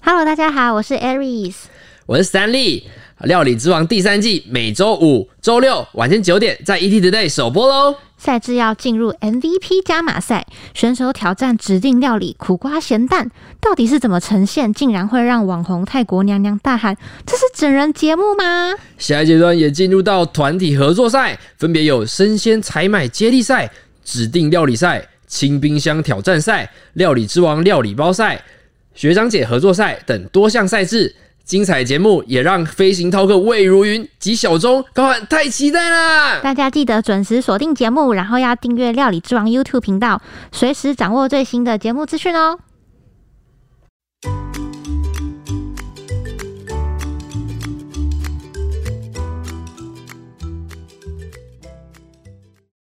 Hello，大家好，我是 Aries。我是三立《料理之王》第三季，每周五、周六晚间九点在 ET Today 首播喽。赛制要进入 MVP 加码赛，选手挑战指定料理苦瓜咸蛋，到底是怎么呈现？竟然会让网红泰国娘娘大喊：“这是整人节目吗下一阶段也进入到团体合作赛，分别有生鲜采买接力赛、指定料理赛、清冰箱挑战赛、料理之王料理包赛、学长姐合作赛等多项赛制。精彩节目也让飞行饕客魏如云及小钟高喊太期待啦！”大家记得准时锁定节目，然后要订阅《料理之王》YouTube 频道，随时掌握最新的节目资讯哦。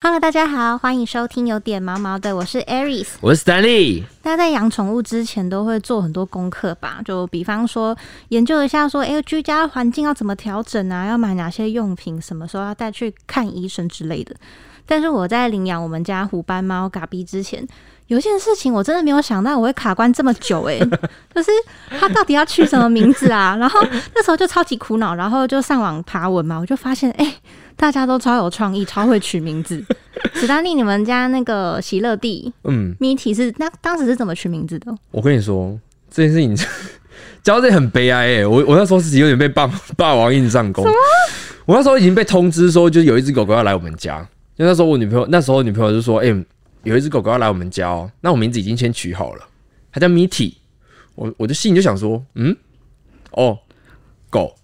Hello，大家好，欢迎收听有点毛毛的，我是 Aries。我是 Stanley，大家在养宠物之前都会做很多功课吧？就比方说研究一下说，哎、居家环境要怎么调整啊？要买哪些用品？什么时候要带去看医生之类的。但是我在领养我们家虎斑猫嘎比之前，有一件事情我真的没有想到我会卡关这么久哎、就是它到底要取什么名字啊？然后那时候就超级苦恼，然后就上网爬文嘛，我就发现哎、大家都超有创意，超会取名字。史丹利，你们家那个喜乐蒂嗯，米体是那当时是怎么取名字的？我跟你说这件事情， 讲到这里很悲哀哎、我我那时候自己有点被霸霸王 硬上弓。我那时候已经被通知说，就是有一只狗狗要来我们家。就那时候我女朋友，那时候我女朋友就说：“哎、有一只狗狗要来我们家哦。”那我名字已经先取好了，它叫 Mitty。我我就心里就想说：“嗯，哦，狗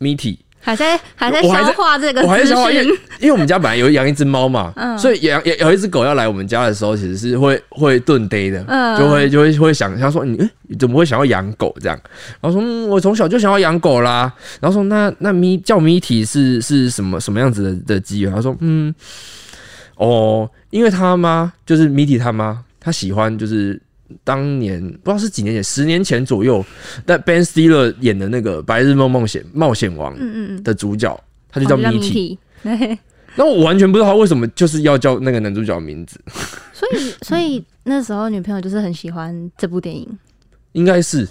Mitty。”还在还在我还消在化这个我还资是想法，因为讯，嗯因为我们家本来有养一只猫嘛，所以养有有一只狗要来我们家的时候，其实是会会顿呆的，嗯就会就会会想，他说你、诶你怎么会想要养狗这样？然后说、嗯、我从小就想要养狗啦。然后说那那咪叫咪体是是什么什么样子的的机缘？他说嗯哦，因为他妈就是咪体他妈，他喜欢就是。当年不知道是几年前，十年前左右，但 Ben Stiller 演的那个《白日梦冒险冒险王》嗯嗯嗯，的主角，他就就叫咪米体。体。 对，那我完全不知道他为什么就是要叫那个男主角的名字，所以所以那时候女朋友就是很喜欢这部电影。应该是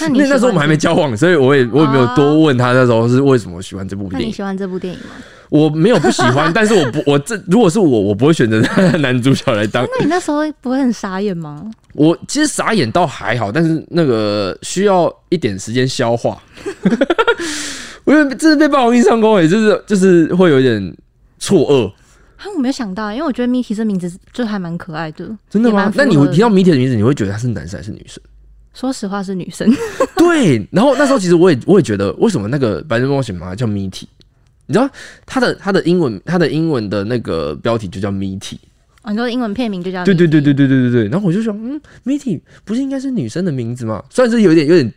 那因你为那喜时候我欢们还没交往，所以我也我也没有多问他那时候是为什么喜欢这部哦那电你影。喜欢这部电影吗？我没有不喜 欢，但是我不我这如果是我，我不会选择他的男主角来当。那你那时候不会很傻眼 吗？我其实傻眼倒还好，但是那个需要一点时间消化。 我觉得这是被霸王硬上弓，也就是就是会有一点错愕，啊，我没有想到，因为我觉得米体这名字就还蛮可爱的，真的也蛮吗？符合那你提到谜底的名字，你会觉得他是男生还是女生？说实话是女生， 对，然后那时候其实我也我也觉得，为什么那个《白日梦冒险》嘛叫 Meaty？你知道它的它的英文它的英文的那个标题就叫 Meaty，很多哦英文片名就叫对对 Meaty 对对对对对对。然后我就想，嗯，Meaty 不是应该是女生的名字吗？虽然是有点有点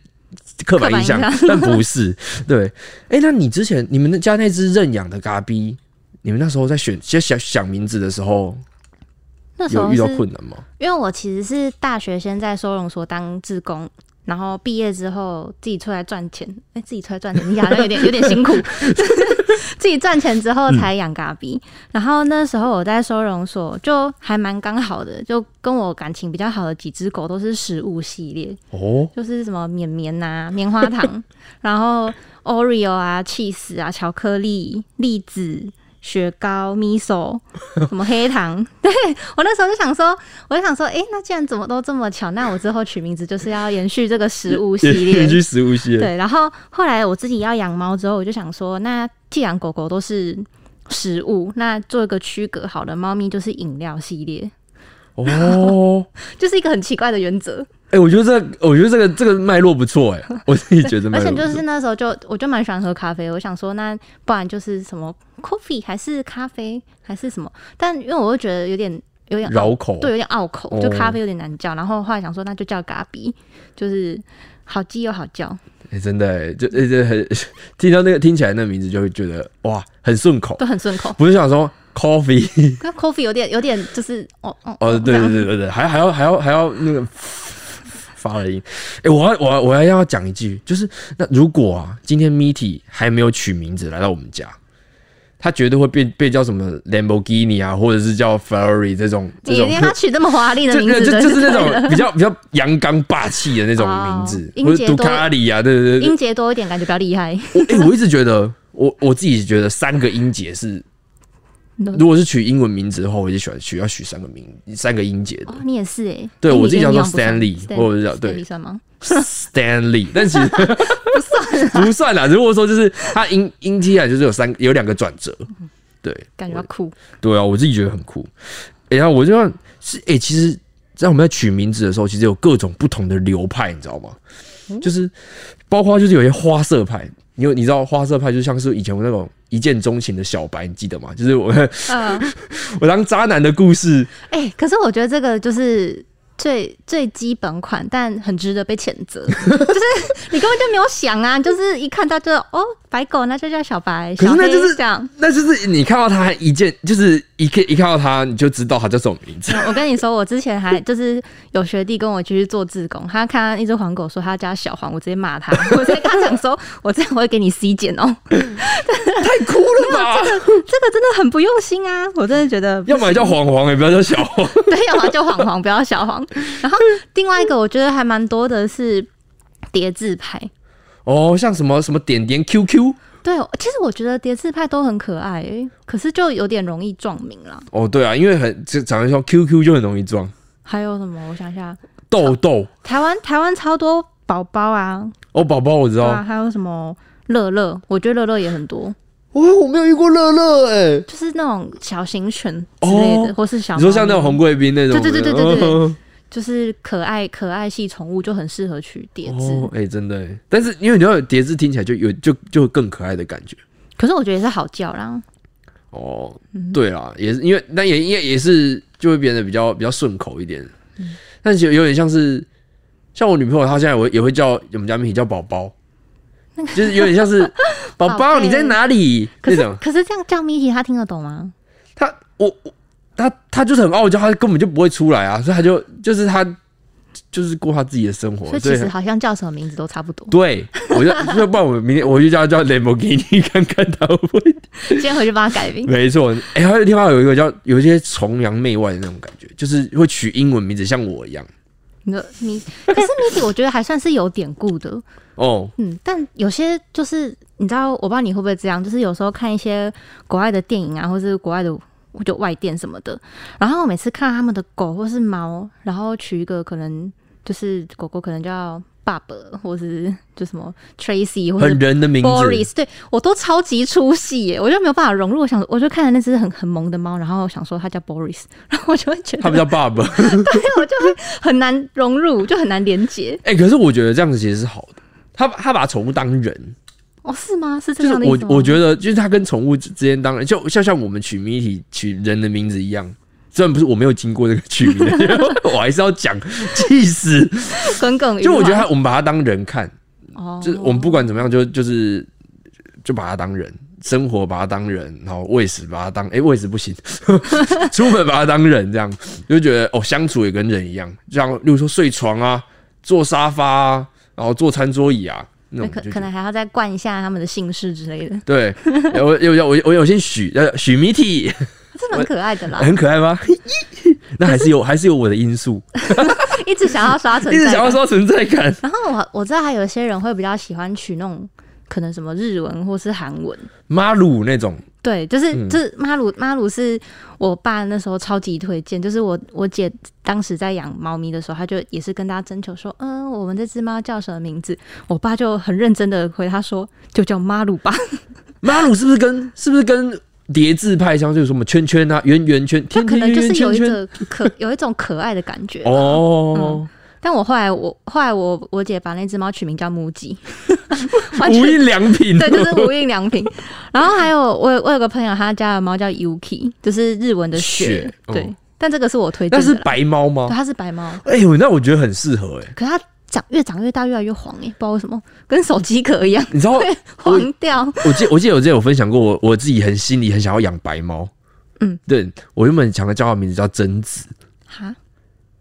刻板印象 刻板，但不是。对，哎、那你之前你们家那只认养的嘎逼，你们那时候在选在想想名字的时候，那时有候遇到是困难吗？因为我其实是大学先在收容所当志工，然后毕业之后自己出来赚钱，哎、自己出来赚钱，你好像有点有点辛苦。自己赚钱之后才养嘎比，然后那时候我在收容所就还蛮刚好的，就跟我感情比较好的几只狗都是食物系列，哦，就是什么绵绵呐、 棉花糖，然后 Oreo 啊、cheese 啊、巧克力、栗子、雪糕、miso，什么黑糖。 对我那时候就想说，我就想说，诶，那既然怎么都这么巧，那我之后取名字就是要延续这个食物系列也。 去食物系列，对，然后后来我自己要养猫之后，我就想说，那既然狗狗都是食物，那做一个区隔好了，猫咪就是饮料系列，哦。就是一个很奇怪的原则。哎、我觉得这个，我觉得这个这个脉络不错哎、我自己觉得脉而络且不错。就是那时候就我就蛮喜欢喝咖啡，我想说那不然就是什么 coffee 还是咖啡还是什么，但因为我又觉得有点有点绕口，对有点拗口，哦就咖啡有点难叫，然后后来想说那就叫嘎比，就是好记又好叫，哎、真的、欸，就、欸、就很听到那个听起来那个名字就会觉得哇，很顺口，都很顺 口。不是想说 coffee 那 coffee 有点有点就是哦哦哦，对对对对对，还还要还要还要那个发了音。哎、我要我要我要要讲一句，就是那如果啊，今天 Mitty 还没有取名字来到我们家，它绝对会被被叫什么 Lamborghini 啊，或者是叫 Ferrari 这种这你种一定。要取这么华丽的这名字， 这就是对那种了比较比较阳刚霸气的那种哦名字，音或节者杜多卡里啊，对对对音节多一点，感觉比较厉害。我哎、我一直觉得，我我自己觉得三个音节是，如果是取英文名字的话，我就喜欢取要取三个名三个音节的哦， 你也是哎，对哎我你自己跟叫做一样不算 Stanley， Stan- 我也叫对 Stanley 算吗？ Stanley，但其实啊 不算啦，只不过说就是它音音听起来就是有三有两个转折，对感觉要 酷，对啊，我自己觉得很酷。哎、然后我就让是哎、其实在我们在取名字的时候，其实有各种不同的流派，你知道吗？嗯就是包括就是有些花色派，你有你知道花色派就像是以前我那种一见钟情的小白，你记得吗？就是我 嗯，我当渣男的故事，哎、可是我觉得这个就是最最基本款，但很值得被谴责。就是你根本就没有想啊，就是一看到就哦，白狗那就叫小白，可小是那黑就是这样。那就是你看到他一见，就是一看一看到他你就知道他叫什么名字。 我跟你说，我之前还就是有学弟跟我去做志工，他看到一只黄狗说他家小黄，我直接骂他， 我直接跟他讲说，我这样我会给你 C 减哦，太酷了吧！这个 真的很不用心啊，我真的觉得不要么行叫黄黄，也不要叫小黄。 对，要么就黄黄，不要小黄。然后另外一个我觉得还蛮多的是叠字牌，哦，像什么什么点点 QQ。对，其实我觉得叠字派都很可爱、欸，可是就有点容易撞名了。哦，对啊，因为很就长得像 QQ 就很容易撞还有什么？我想一下，豆豆。台湾台湾超多宝宝啊，哦，宝宝我知对道。啊，还有什么乐乐？我觉得乐乐也很多，哦，我没有遇过乐乐哎。就是那种小型犬之类的，哦或是小你说像那种猫咪红贵宾那种的，对对对对对对哦就是可爱可爱系宠物，就很适合取叠字。哦，哎、真的欸，但是因为你知道叠字听起来就有就就更可爱的感觉可是我觉得也是好叫啦，哦。嗯对啦，也是因为那也也也是就会变得比较比较顺口一点，嗯但是有点像是像我女朋友，她现在我也会叫我们家米叫宝宝，就是有 点像是宝宝宝贝你在哪里可那是种。可是这样叫 Miki 他听得懂吗？她我我她她就是很傲娇，她根本就不会出来啊，所以她就就是她就是过她自己的生活所，以所其以实好像叫什么名字都差不 多。对，我就要不然我明天我就叫他叫 Lamborghini 看看他会 不会。今天回去帮他改 名。没错，哎、还有另外有一个叫有一些崇洋媚外的那种感觉，就是会取英文名字，像我一样。你说你，可是 Miki 我觉得还算是有典故的。哦，嗯，但有些就是你知道，我不知道你会不会这样，就是有时候看一些国外的电影啊，或是国外的就外电什么的，然后我每次看到他们的狗或是猫，然后取一个可能就是狗狗可能叫爸爸，或是就什么 Tracy 或很是人的名字， Boris，对我都超级出戏耶，我就没有办法融入。我想，我就看了那只很很萌的猫，然后我想说它叫 Boris，然后我就会觉他得们叫 Bob。 我就会 很难融入，就很难连接。哎、可是我觉得这样子其实是好的。他把他把宠物当人，哦，是吗？是这就是样的意我思吗我觉得就是他跟宠物之之间当人，就像像我们取谜题取人的名字一样。虽然不是我没有经过这个取名的， 我还是要讲，气死！耿耿于怀。就我觉得他我们把他当人看，哦，就是我们不管怎么样，就就是就把它当人，生活把它当人，然后喂食把它当，诶，喂食不行， 出门把它当人，这样就觉得哦，相处也跟人一样，这样，例如说睡床啊，坐沙发啊，然后坐餐桌椅啊，那那种可就觉可得能还要再灌一下他们的姓氏之 类的，对，我有我我有些许呃许谜题这蛮可爱的啦。很可爱吗？那还是有还是有我的因素， 一直想要刷存一直在想要感。说存在感。然后我我知道还有些人会比较喜欢取那种可能什么日文或是韩文。妈鲁那种对，就是、嗯就是妈鲁妈鲁是我爸那时候超级推荐，就是我我姐当时在养猫咪的时候，她就也是跟大家征求说，嗯，我们这只猫叫什么名字？我爸就很认真的回她说，就叫妈鲁吧。马鲁是不是跟是不是跟叠字派相，就是什么圈圈啊、圆圆圈、就天可天能就圆是圈有一圈个可有一种嗯可爱的感觉。哦，但我后来我后来我我姐把那只猫取名叫木吉，完无全。印良品，对，就是无印良品。然后还有我有我有个朋友，他家的猫叫 Yuki，就是日文的雪。雪哦对，但这个是我推荐 那的是啦。白猫对，吗？它是白猫。哎呦，那我觉得很适合哎，可它长越长越大，越来越黄哎、不知道为什么，跟手机壳一样，你知道，会黄掉。我记我记得我之前有分享过，我我自己很心里很想要养白猫，嗯，对我原本想要叫它名字叫贞子，哈，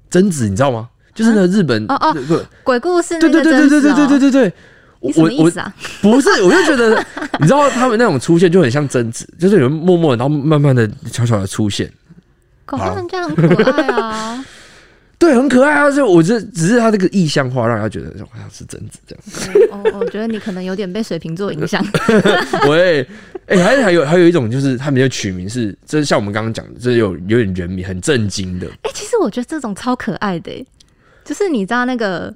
贞子你知道吗？就是那个日本哦哦那个鬼故事那对个对对真对对实对哦对对对对，我你什我么意我思啊？不是，我就觉得，你知道他们那种出现就很像贞子，就是有人默默，然后慢慢的、悄悄的出现，狗好他们这样很可爱啊，对，很可爱啊。就我这只是他这个意象化，让人家觉得好像是贞子这样。我我觉得你可能有点被水瓶座影响。喂，哎、还还有还有一种就是他们就取名是，这像我们刚刚讲的，这有有点人名，很震惊的。哎、其实我觉得这种超可爱的欸、就是你知道那个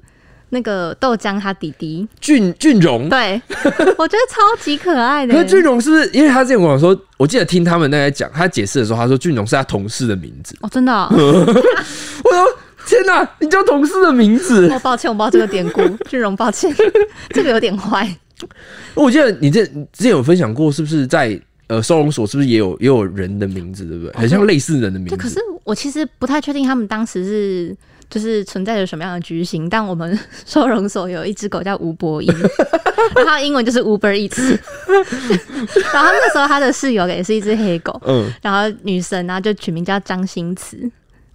那个豆浆他弟弟，俊俊荣，对 我觉得超级可爱的嗯可欸、是俊荣是不是？因为他之前跟我说，我记得听他们那在讲，他解释的时候，他说俊荣是他同事的名字。哦，真的哦、 我说天哪、你叫同事的名字？哦，抱歉，我不知道这个典故， 俊荣，抱歉，这个有点坏。我记得你之前之前有分享过，是不是在呃收容所，是不是也有也有人的名字，对不对？很像类似人的名就字。哦可是我其实不太确定他们当时是就是存在着什么样的居心，但我们 收容所有一只狗叫吴伯英， 然后它的英文就是 Uber Eats，然后那时候他的室友也是一只黑狗，嗯，然后女生然后就取名叫张新慈，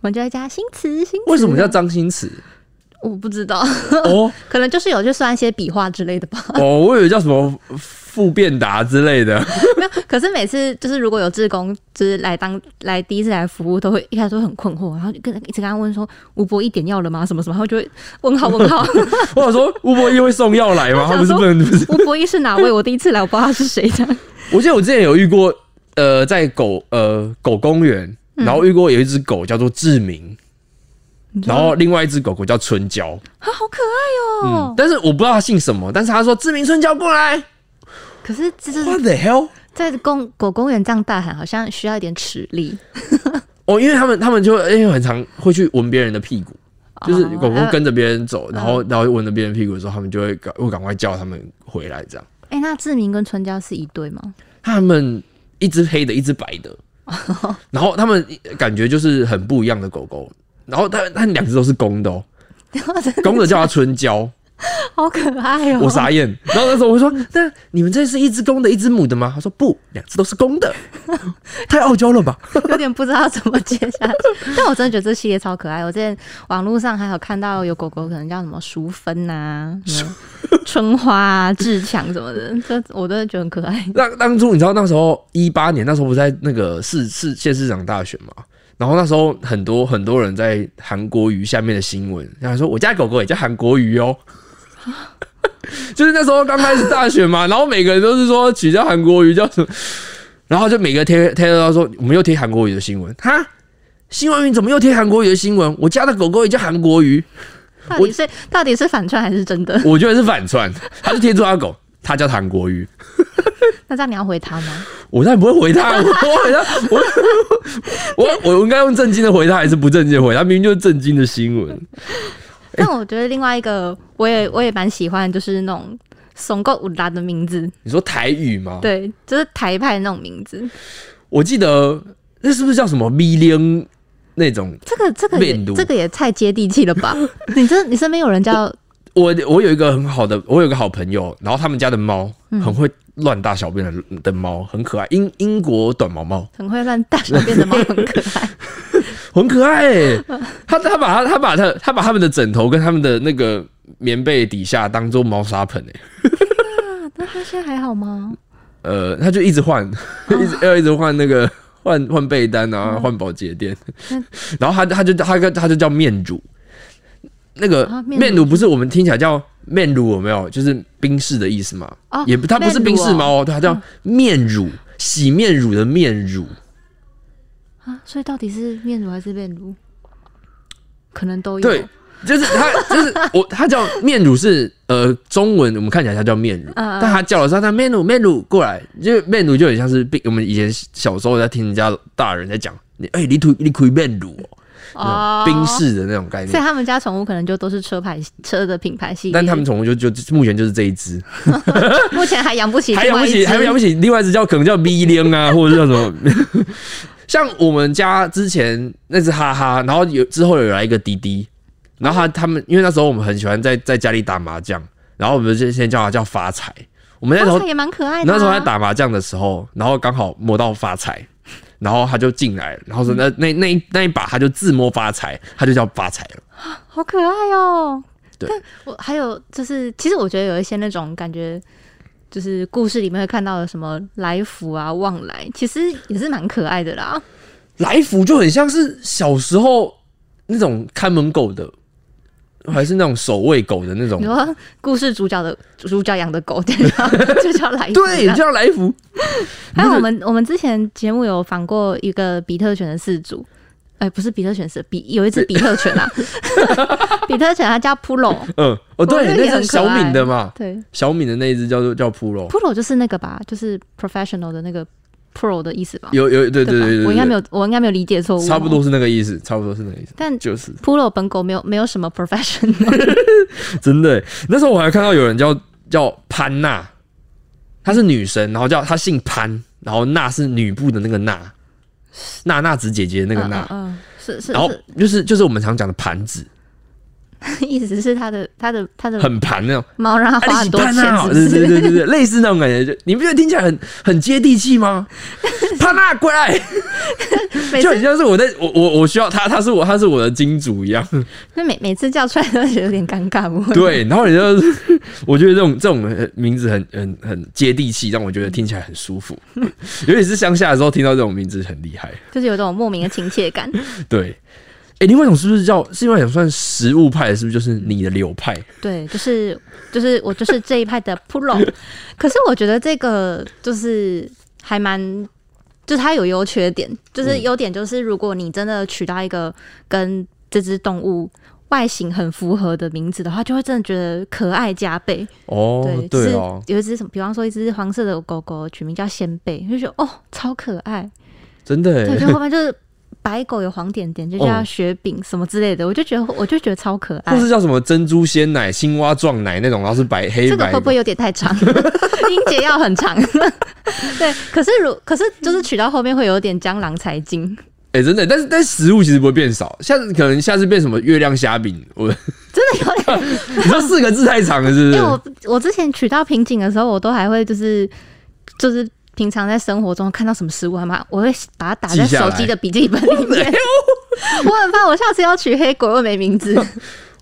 我们就会叫她新慈新慈。为什么叫？张新 慈？我不知道， 哦可能就是有就算一些笔画之类的吧。 哦，我以为叫什么傅变达之类的。 没有，可是每次就是如果有志工就是来当来第一次来服务，都会一开始都很困惑，然后就跟一直跟他问说吴伯一点药了吗？什么什么，然后就会问号问 号。我想说吴伯义会送药来吗？他不是不能不是？吴伯一是哪位？我第一次来，我不知道他是谁 的。我记得我之前有遇过，呃，在狗呃狗公园，嗯然后遇过有一只狗叫做志明，然后另外一只狗狗叫春娇。啊，好可爱嗯哦、，但是我不知道它姓什么，但是他说志明春娇过来 可是这就是，What the hell？在公狗公园这样大喊，好像需要一点齿力。哦，因为他们他们就因为很常会去闻别人的屁股，就是哦狗狗呃跟着别人走，然后然后闻着别人屁股的时候，他们就会赶会赶快叫他们回来，这样。哎、那志明跟春娇是一对吗？他们一只黑的，一只白 的，然后他们感觉就是很不一样的狗狗。然后它它两只都是公 的哦，公的叫它春娇，好可爱哦、我傻眼。然后那时候我说：“那你们这是一只公的，一只母的吗？”他说：“不，两只都是公 的，太傲娇了吧有点不知道怎么接下去。但我真的觉得这系列超可爱。我之前网络上还有看到有狗狗可能叫什么淑芬呐、什 么春花啊、志强什么的，这我真的觉得很可爱。？”那当初你知道那时候一八年，那时候不是在那个市市县市长大选嘛？然后那时候很多很多人在韩国瑜下面的新闻，然后说我家狗狗也叫韩国瑜哦。 就是那时候刚开始大选嘛，然后每个人都是说取叫韩国瑜叫什么，然后就每个贴贴到说我们又贴韩国瑜的新闻，哈，新闻云怎么又贴韩国瑜的新闻？我家的狗狗也叫韩国瑜，到底是到底是反串还是真的？我觉得是反串，他就贴住他的狗，他叫韩国瑜，那这样你要回他吗？我当然不会回他，我我回他，我 我我我应该用震惊的回他，还是不震惊的回他？明明就是震惊的新闻。但我觉得另外一个我也我也蛮喜欢，就是那种。怂够五拉的名字，你说台语吗？，对，就是台派那种名字。我记得那是不是叫什么 million 那种？这个这个面也露这个也太接地气了 吧？你这你身边有人叫我我有一个很好的，我有一个好朋友，然后他们家的猫很会乱大小便的的猫，很可爱，英英国短毛猫，很会乱大小便的猫很可 爱，很可爱、欸。他他把他他把他他把他们的枕头跟他们的那个棉被底下当做猫砂盆、欸，那他现在还好吗？呃，他就一直换，哦 一直要一直换那个 换换被单啊，嗯换保洁垫， 然后他他就他他就叫面乳，那个啊面乳面乳不是我们听起来叫面乳有没有？就是冰室的意思嘛？哦嗯也不，它不是冰室面乳猫哦，对它叫面乳，洗面乳的面乳。啊，所以到底是面乳还是面乳？可能都有。对，就是它，就是我，它叫面乳是呃，中文我们看起来它叫面乳，嗯嗯但它叫的时候，它面乳面乳过来，就面乳就很像是被我们以前小时候在听人家大人在讲，你哎、你推你推面乳哦，那哦，种冰。室的那种概所以念。他们家宠物可能就都是车牌车的品牌系列，但他们宠物就就就目前就是这一只， 目前还养不起，还养不起，还养不起。起。另外一只叫可能叫 V 零啊，或者叫什么。 像我们家之前那只哈哈，然后有之后有来一个滴滴，然后他他们因为那时候我们很喜欢在在家里打麻将，然后我们就先叫它叫发财。我们那时那候它也蛮可爱的、啊。那时候在打麻将的时候，然后刚好摸到发财，然后他就进来了，然后说那那那一那一把他就自摸发财，他就叫发财了。好可爱哦、对我还有就是，其实我觉得有一些那种感觉，就是故事里面会看到的什么来福啊、旺来，其实也是蛮可爱的啦。来福就很像是小时候那种看门狗的，还是那种守卫狗的那种你。说故事主角的主角养的狗，就叫 就叫来福对，这样叫来福。还有不是我们我们之前节目有访过一个比特犬的饲主，哎、不是比特犬是比有一只比特 犬啊，比特犬它叫 Polo，嗯，哦，哦对，那个也那很是可小爱敏的嘛，对小敏的那一只叫做叫 Pro。 ，Polo 就是那个吧，就是 professional 的那个 pro 的意思吧？有有对对吧对对，我应该没有，有，我应该没有理解错误，哦差不多。是那个意思，差不多是那个意思，但就是。 Polo 本狗没有没有什么 professional，真的欸，那时候我还看到有人叫叫潘娜，她是女生，然后叫她姓潘，然后娜是女部的那个娜，娜娜子姐姐那个娜， 嗯，嗯嗯是是然后是，就是就是我们常讲的盘子，意思是它的它的它的很盘那种，猫让它啊花你很姓多潘钱，娜是哦，不对是？对对对对，类似那种感觉，就你不觉得听起来很很接地 气吗？潘娜过来，每就很次像是我在我我我需要他，他是我他是我的金主一 样。就每每次叫出来都觉得有点尴尬，不会？对，然后你就，我觉得这种这种很名字很很很接地气，让我觉得听起来很 舒服。尤其是乡下的时候，听到这种名字很厉害。就是有种莫名的亲切感。对，哎、另外一种是不是叫是另外一种算食物派的？是不是就是你的流派？对，就是就是我就是这一派的 pro，可是我觉得这个就是还蛮，就是它有优缺点，就是嗯优点就是如果你真的取到一个跟这只动物外形很符合的名字的话，就会真的觉得可爱加倍。哦对，，对哦，就是有一只什么，比方说一只黄色的狗狗，取名叫仙贝，就觉得哦超可爱。真的对，欸，就后面就是白狗有黄点点，就叫哦雪饼什么之类的，我就觉得我就觉得超可爱 或。是叫什么珍珠鲜奶、青蛙撞奶那种，然后是白黑这个白会不的。会有点太 长？音节要很长。 对，可是如可是就是取到后面会有点江郎才尽，哎、真的，但是但食物其实不会变少，下次可能下次变什么月亮虾饼，我真的 有点。你说四个字太长了，是不 因为是？我我之前取到瓶颈的时候，我都还会就是就是平常在生活中看到什么食物，还蛮我会把它打在记下来手机的笔记本里 面。我很怕我下次要取黑狗又没名字。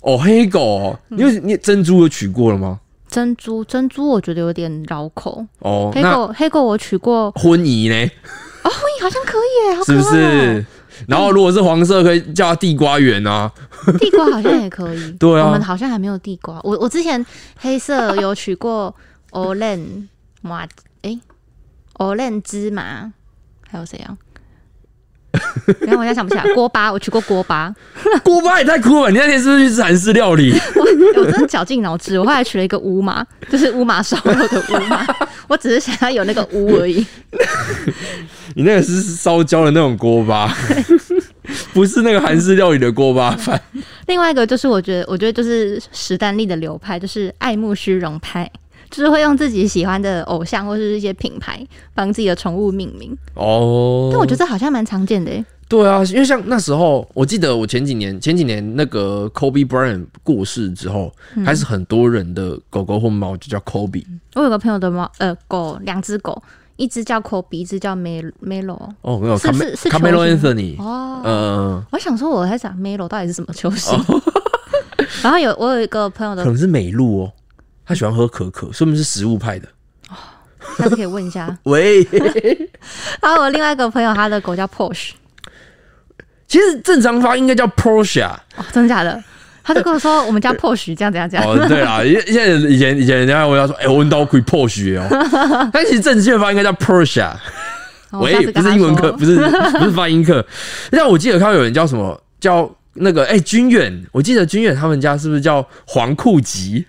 哦，黑狗、哦，因为你珍珠有取过了吗？ 珍珠珍珠，我觉得有点绕口。哦，黑那狗黑狗我取过，婚仪呢？喂，好像可以耶，好可是爱不哦、是？然后如果是黄色，可以叫它地瓜圆啊。地瓜好像也可以， 对啊我们好像还没有地瓜。我我之前黑色有取过 olen 麻，诶 olen 芝麻，还有谁 啊？然后我现在想不起来，锅巴我取过锅巴，锅巴也太酷了！你那天是不是去吃韩式料理？ 我我真的绞尽脑汁，我后来取了一个乌马，就是乌马烧肉的乌马，我只是想要有那个乌而已。你那个是烧焦的那种锅巴， 不是那个韩式料理的锅巴饭。另外一个就是我觉得，我觉得就是史丹利的流派，就是爱慕虚荣派，就是会用自己喜欢的偶像或是一些品牌帮自己的宠物命名。哦，但我觉得这好像蛮常见的、欸，对啊，因为像那时候，我记得我前几年前几年那个 Kobe Bryant 过世之后，开始很多人的狗狗或猫就叫 Kobe。我有个朋友的猫，呃，狗，两只狗，一只叫 Kobe，一只叫 Mel Melo。哦，没有是是是 Carme- Carmelo 球星 Anthony。哦，呃，我想说我在想 Melo 到底是什么球哦星。 然后有我有一个朋友可的，能是美露哦，他喜欢喝可可，说明是食物派的。下次可以问 一下。喂，然后我另外一个朋友他的狗叫 Porsche，其实正常发音应该叫 Porsche。啊 哦，真的假的？他就跟我说我们家 Porsche 这样这样这样。哦，对啦，因为现在以前以前人家会问他说，哎、我闻到可以 Porsche 哦， 但其实正确发音应该叫 Porsche。啊然后哦我下喂，次不跟是他英文说课，不是 不是发音课。但我记得看到有人叫什么叫那个哎、君远，我记得君远他们家是不是叫黄库吉？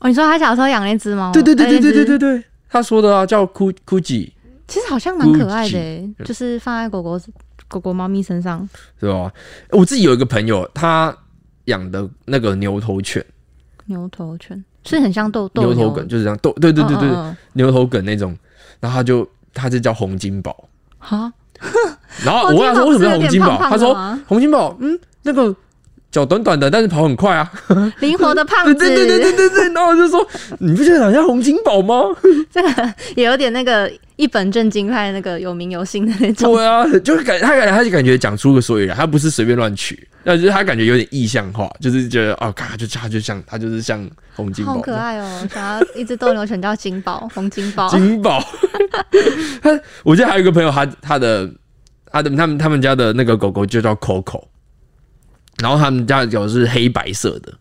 哦，你说他小时候养那只猫？对对对对对对那只对对，他说的啊，叫库库吉。其实好像蛮可爱的欸、就是放在狗狗、狗狗、猫咪身上。是吧？我自己有一个朋友，他养的那个牛头犬、牛头犬是很像豆豆牛头梗，就是这样，斗对对对对，嗯嗯嗯牛头梗那种，然后他就他就叫红金宝，哈，哦然后我问他说为什么叫红金宝，他说说红金宝，嗯，那个脚短短的，但是跑很快啊。灵活的胖对子，对对对对对对。然后我就说，你不觉得很像洪金 宝吗？这个也有点那个一本正经派那个有名有姓的那种。对啊， 就是感他感他就感觉讲出个所以然，他不是随便乱取，那就是他感觉有点意象化，就是觉得哦，嘎，就他就像他就是像洪金宝 好那可样，爱哦！想要一只斗牛犬叫金宝，红金宝，金宝。 他我记得还有一个朋友，他他的他的他们他们家的那个狗狗就叫 Coco，然后他们家的狗是黑白色的，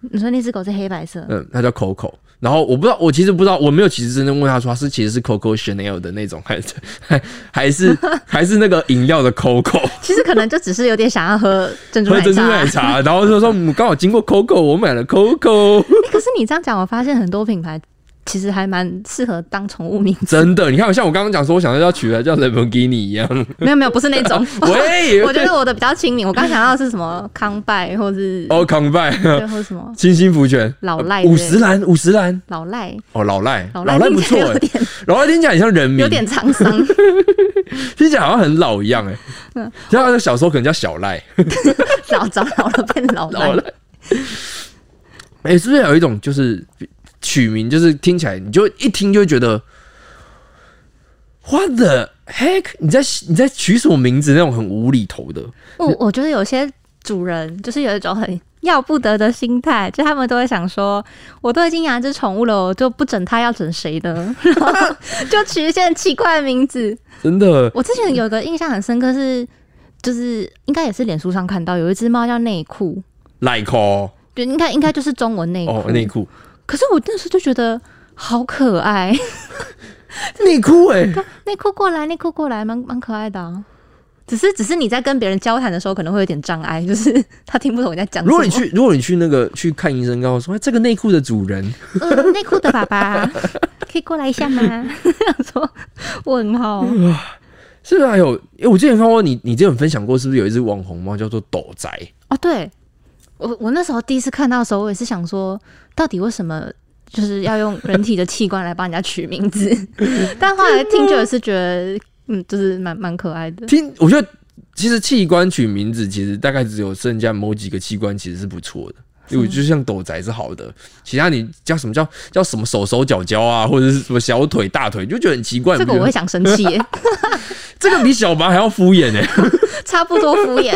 你说那只狗是黑白色，嗯，它叫 Coco。然后我不知道，我其实不知道，我没有其实真正问他说他是其实是 Coco Chanel 的那种，还是还还是还是那个饮料 的 Coco，其实可能就只是有点想要喝珍珠喝奶珍珠茶。啊奶茶，然后就说嗯刚好经过 Coco，我买了 Coco， 欸可是你这样讲，我发现很多品牌其实还蛮适合当宠物名字。真的，你看，像我刚刚讲说，我想要取的叫 Lamborghini 一样，没有没有，不是那种。 喂， 我觉得我的比较亲民。我刚想到的是什么康拜，或是哦，康拜，对，或是什么 清新福泉，呃老赖五之类的十岚，五十岚，老赖，哦，老赖，老赖赖不听起错来有哎，点老赖听起来很像人名，有点沧桑。听起来好像很老一样哎，嗯像他小时候可能叫小赖，老长老了变老老赖赖，， 哎，是不是有一种就是取名，就是听起来你就一听就会觉得，What the heck？你在你在取什么名字？那种很无厘头的，我我觉得有些主人就是有一种很要不得的心态，就他们都会想说，我都已经养一只宠物了，我就不整它，要整谁 呢？然后就取一些很奇怪的名字。真的，我之前有一个印象很深刻是，就是应该也是脸书上看到有一只猫叫内裤，赖口就应该应该就是中文内裤。哦，内裤，可是我那时候就觉得好可爱，内裤哎，内裤过来，内裤过来，蛮蛮可爱的、啊。只是只是你在跟别人交谈的时候，可能会有点障碍，就是他听不懂你在讲什么。如果 你去，如果你去那个去看医生，跟我说哎这个内裤的主人，呃，内裤的爸爸可以过来一下 吗？想说问号，是不是还有？哎、我之前看过你，你之前分享过，是不是有一只网红猫叫做斗宅？哦，对我我那时候第一次看到的时候，我也是想说，到底为什么就是要用人体的器官来帮人家取名 字？但后来听久也是觉得，嗯，就是蛮蛮可爱的。听，我觉得其实器官取名字，其实大概只有剩下某几个器官其实是不错的。因为就像斗宅是好的，其他你叫什么叫叫什么手手脚脚啊，或者是什么小腿大腿，就觉得很奇怪。这个你我不会觉得想生气耶，这个比小白还要敷衍呢、欸 差不多敷衍。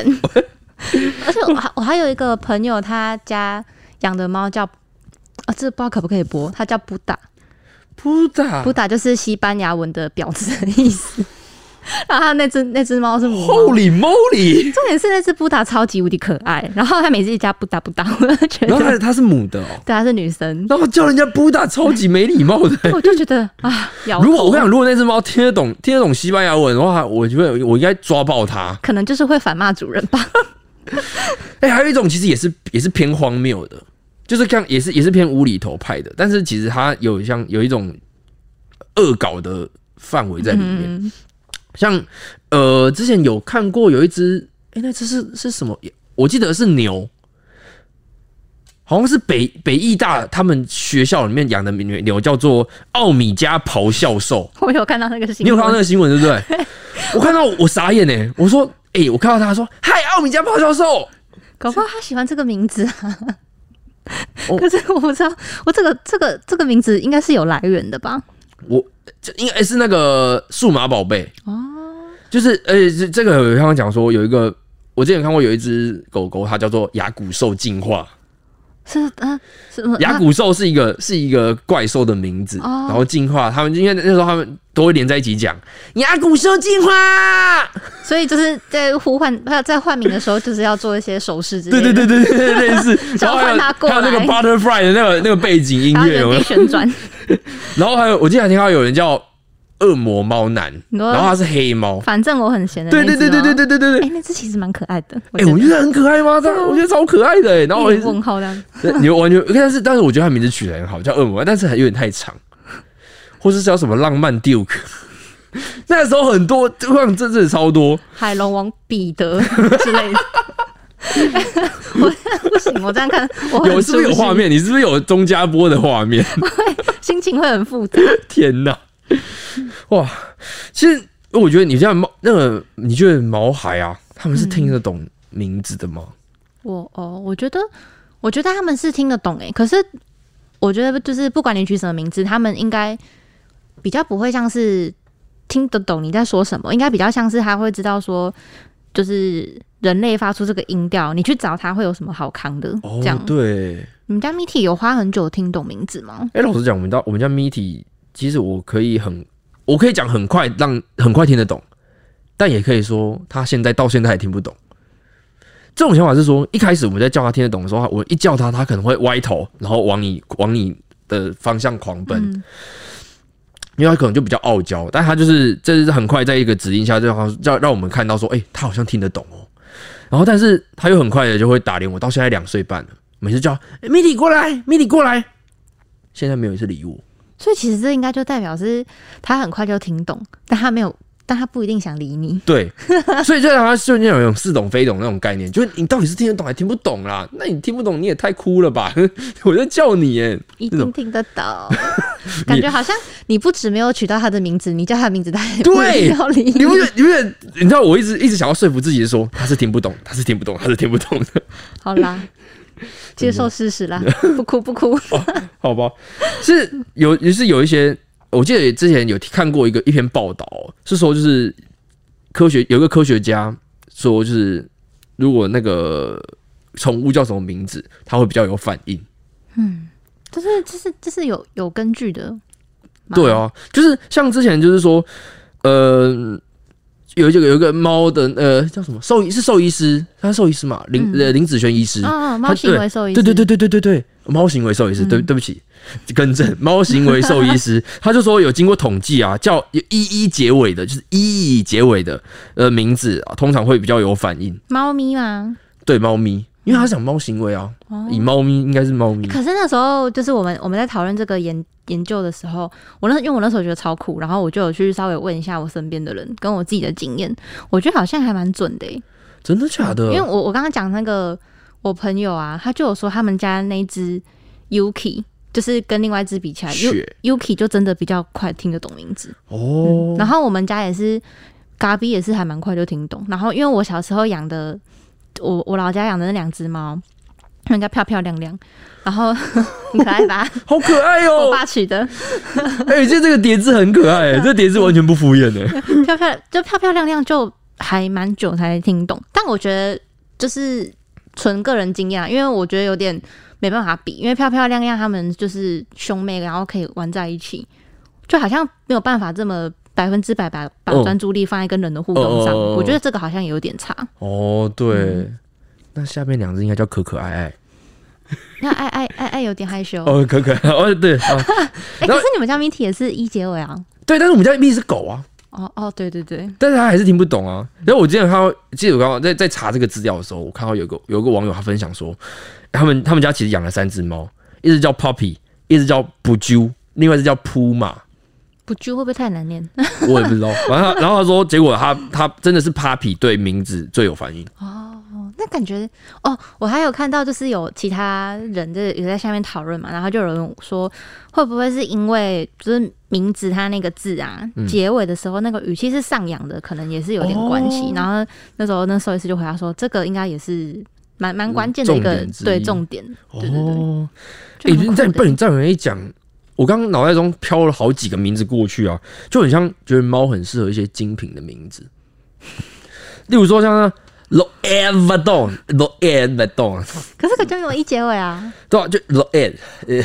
而且我还我还有一个朋友，他家养的猫叫啊，这不知道可不可以播，它叫布达。啊扑打布达就是西班牙文的婊子的意思。然后它那只那只猫是母猫， ，Holy moly！重点是那只布达超级无敌可爱。然后它每次叫布达布达，我就觉然后得它它是母的哦，对它是女生，然后叫人家扑打，超级没礼貌 的、我就觉得啊，咬哎如果我跟你讲，如果那只猫听得懂听得懂西班牙文的话，我觉得我应该抓爆它。可能就是会反骂主人吧。哎、还有一种其实也是也是偏荒谬的，就是像也是也是偏无厘头派的，但是其实它有像有一种恶搞的范围在里面。嗯，像呃，之前有看过有一只，哎、那只是是什么？我记得是牛，好像是北北艺大他们学校里面养的牛，牛叫做奥米加咆哮兽。我有看到那个新闻，你有看到那个新闻对不对？ 我看到我傻眼呢、我说，哎、我看到他说，嗨，奥米加咆哮兽，搞不好他喜欢这个名字啊。 哦可是我不知道，我这个这个这个名字应该是有来源的吧？我这应该是那个数码宝贝哦，就是而且这这个有刚刚讲说有一个，我之前看过有一只狗狗，它叫做牙骨兽进化，是啊，什么牙骨兽是一个是一个怪兽的名字，哦然后进化，他们因为那时候他们都会连在一起讲牙骨兽进化，啊所以就是在呼唤，还有在唤名的时候，就是要做一些手势之类对的，对对对对对，类似，然召后唤还有它过还有那个来啊 butterfly 的那个那个背景音然后乐有没原有地？旋转。然后还有，我记得还听到有人叫恶魔猫男，你说然后他是黑猫。反正我很闲的。对对对对对。对对对对。哎，那只其实蛮可爱的。哎、我觉得啊很可爱吗？他我觉得超可爱的哎、然后我一直问号这样，对你完全，但是但是我觉得他名字取得很好，叫恶魔，但是还有点太长，或是叫什么浪漫 Duke。那时候很多，我想这次超多，海龙王彼 得之类的。 我不行，我这样看，我很有是不是有出戏画？面？你是不是有钟家波的画面？ 心情会很复杂。天哪！哇，其实我嗯觉得你这样猫，那个你觉得毛孩啊，他们是听得懂名字的吗？我哦，我觉得，我觉得他们是听得懂诶，欸可是我觉得就是不管你取什么名字，他们应该比较不会像是听得懂你在说什么，应该比较像是他会知道说，就是人类发出这个音调，你去找他会有什么好康的、哦这样。，对，你们家 Miti 有花很久听懂名字吗？哎、老实讲，我们家我们家 Miti，其实我可以很，我可以讲很快，让很快听得懂，但也可以说他现在到现在还听不懂。这种想法是说，一开始我们在叫他听得懂的时候，我一叫他，他可能会歪头，然后往你往你的方向狂奔，嗯，因为他可能就比较傲娇，但他就是这是很快在一个指令下，就好像让让我们看到说，哎、他好像听得懂哦。然后，但是他又很快的就会打脸我，到现在两岁半了，每次叫他、欸、米莉过来，米莉过来，现在没有一次理我。所以其实这应该就代表是他很快就听懂，但他没有，但他不一定想理你。对， 所以就让他瞬间有一种似懂非懂那种概念，就是你到底是听得懂还听不懂啦？那你听不懂你也太哭了吧？ 我在叫你耶，一这种定听得 懂，感觉好像你不止没有取到他的名字，你叫他的名字，他也不对 一定要理你不觉 得？你不觉得？你知道我一直一直想要说服自己说他是听不懂，他是听不懂，他是听不懂的， 好 啦，接受事实啦， 不哭不哭。好吧？是有也是有一些，我记得之前有看过一个一篇报道，是说就是科学有一个科学家说，就是如果那个宠物叫什么名字，它会比较有反应。这是这是这是有有根据的，对，啊，就是像之前就是说，呃，有这个有一个猫的呃叫什么兽医是兽医师，他是兽医师嘛，林、呃林子轩医师，啊，他猫行为嗯兽医，嗯对对对，对对对对，猫行为兽医师，对对不起，更正，猫行为兽医师， 他就说有经过统计啊，叫一一结尾的，就是一一结尾的呃名字啊，通常会比较有反应，猫咪嘛。对猫咪，因为他讲猫行为啊，以猫咪应该是猫咪，哦可是那时候就是我们我们在讨论这个研研究的时候，我那因为我那时候觉得超酷，然后我就有去稍微问一下我身边的人跟我自己的经验，我觉得好像还蛮准的、欸。真的假的因为？我我刚刚讲那个我朋友啊，他就有说他们家那只 Yuki 就是跟另外一只比起来，Yu- ，shit ，Yuki 就真的比较快听得懂名字。哦，然后我们家也是，嘎比也是还蛮快就听懂。然后因为我小时候养的，我我老家养的那两只猫，人家漂漂亮亮，然后 很可爱吧，好可爱哦、我爸取的， 哎、这这个叠字很可 爱、这叠字完全不敷衍哎、漂漂就漂漂亮亮，就还蛮久才听懂。但我觉得就是纯个人经验啊，因为我觉得有点没办法比，因为漂漂亮亮他们就是兄妹，然后可以玩在一起，就好像没有办法这么哦百分之百把把嗯专注力放在跟人的互动上。嗯嗯嗯嗯我觉得这个好像也有点差。 哦，对，那下面两只应该叫可可爱爱 那爱爱爱爱有点害羞。哎、哎哦，可可爱哦，对啊， 可是你们家 Minty 也是一结尾啊？对，但是我们家蜜是狗啊，哦哦，对对对，但是他还是听不懂啊。然后我之前看到，记得我刚刚在在查这个资料的时候，我看到有个有个网友他分享说，他们他们家其实养了三只猫，一只叫 Puppy，一只叫不啾，另外一只叫扑马。不揪会不会太难念？我也不知道， 然后他然后他说，结果他他真的是 Puppy 对名字最有反应，那感觉哦，我还有看到就是有其他人就是有在下面讨论嘛，然后就有人说会不会是因为就是名字它那个字啊、嗯结尾的时候那个语气是上扬的，可能也是有点关系。哦然后那时候那兽医师就回答说，这个应该也是蛮蛮关键的一重个点之一对重点，对对对，哦就哎、蛮你酷在的被你这样一讲，我刚刚脑袋中飘了好几个名字过去啊，就很像觉得猫很适合一些精品的名字， 例如说像那 l o e v e r d o n l o e v e r d o n 可是可就没有一结尾啊，对吧、就 l o e v e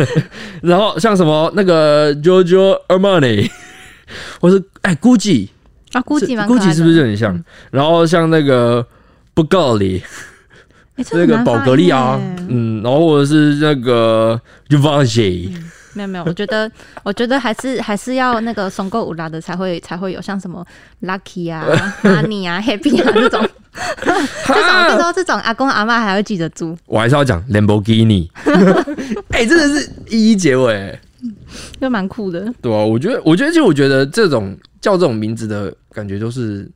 然后像什么那个 Jojo Armani，或是哎 Gucci，啊，估计蛮可爱 Gucci 的嗯是不是就很像？然后像那个 Bulgari。哎这那个很难宝发格丽音啊耶，嗯，然后或者是那个 u v a n g i 没有没有，我觉得 我觉得还是还是要那个松够五拉的才会才会有像什么 lucky 啊、honey 啊、happy 啊这种这种这种这种阿公阿妈还会记得住。我还是要讲 Lamborghini，哎、真的是一一结尾、就蛮酷的，对啊，我觉得，我觉得，其实我觉得这种叫这种名字的感觉，就是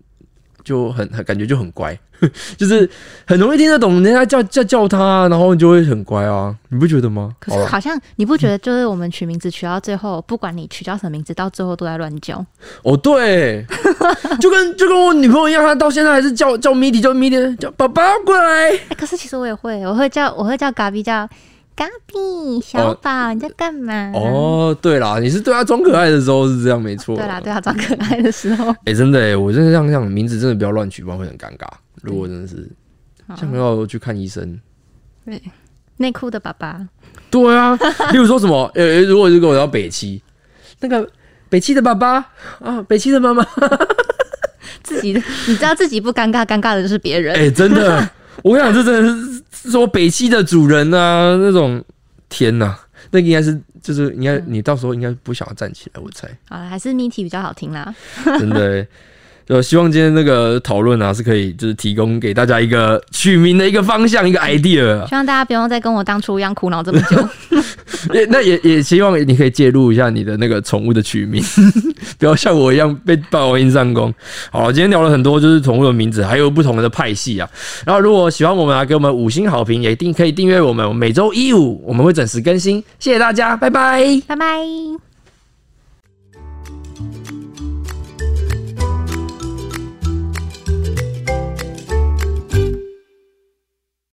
就很很感觉就很乖， 就是很容易听得懂人家叫叫叫他，然后你就会很乖啊，你不觉得吗？哦可好是啦好像你不觉得，就是我们取名字取到最后，不管你取叫什么名字，到最后都在乱叫。哦，对， 就跟就跟我女朋友一样，她到现在还是叫叫米迪，叫米迪，叫宝宝过来。哎、可是其实我也会，我会叫我会叫嘎比叫嘎比小哦宝，你在干嘛？，哦，对啦，你是对她装可爱的时候是这样，没错。对啦，对他装可爱的时候，哎、真的哎、我真的像这样名字真的不要乱取，不然会很尴尬。如果真的是像要去看医生，内裤的爸爸，对啊，例如说什么，呃、呃如果如果我要北七，那个北七的爸爸啊，北七的妈妈，自己你知道自己不尴尬，尴尬的就是别人。哎、真的，我跟你讲，这真的是说北七的主人啊，那种天哪，那个应该是就是应该你到时候应该不想要站起来，我猜，好了，还是 Miti 比较好听啦。真的、欸。就希望今天那个讨论啊，是可以就是提供给大家一个取名的一个方向，一个 idea 啊。希望大家不用再跟我当初一样苦恼这么久。 也那也也希望你可以介入一下你的那个宠物的取名， 不要像我一样被霸王硬上弓。好，今天聊了很多就是宠物的名字，还有不同的派系啊。然后如果喜欢我们啊，给我们五星好评，也一定可以订阅我们。每周一五我们会准时更新，谢谢大家，拜拜。拜拜。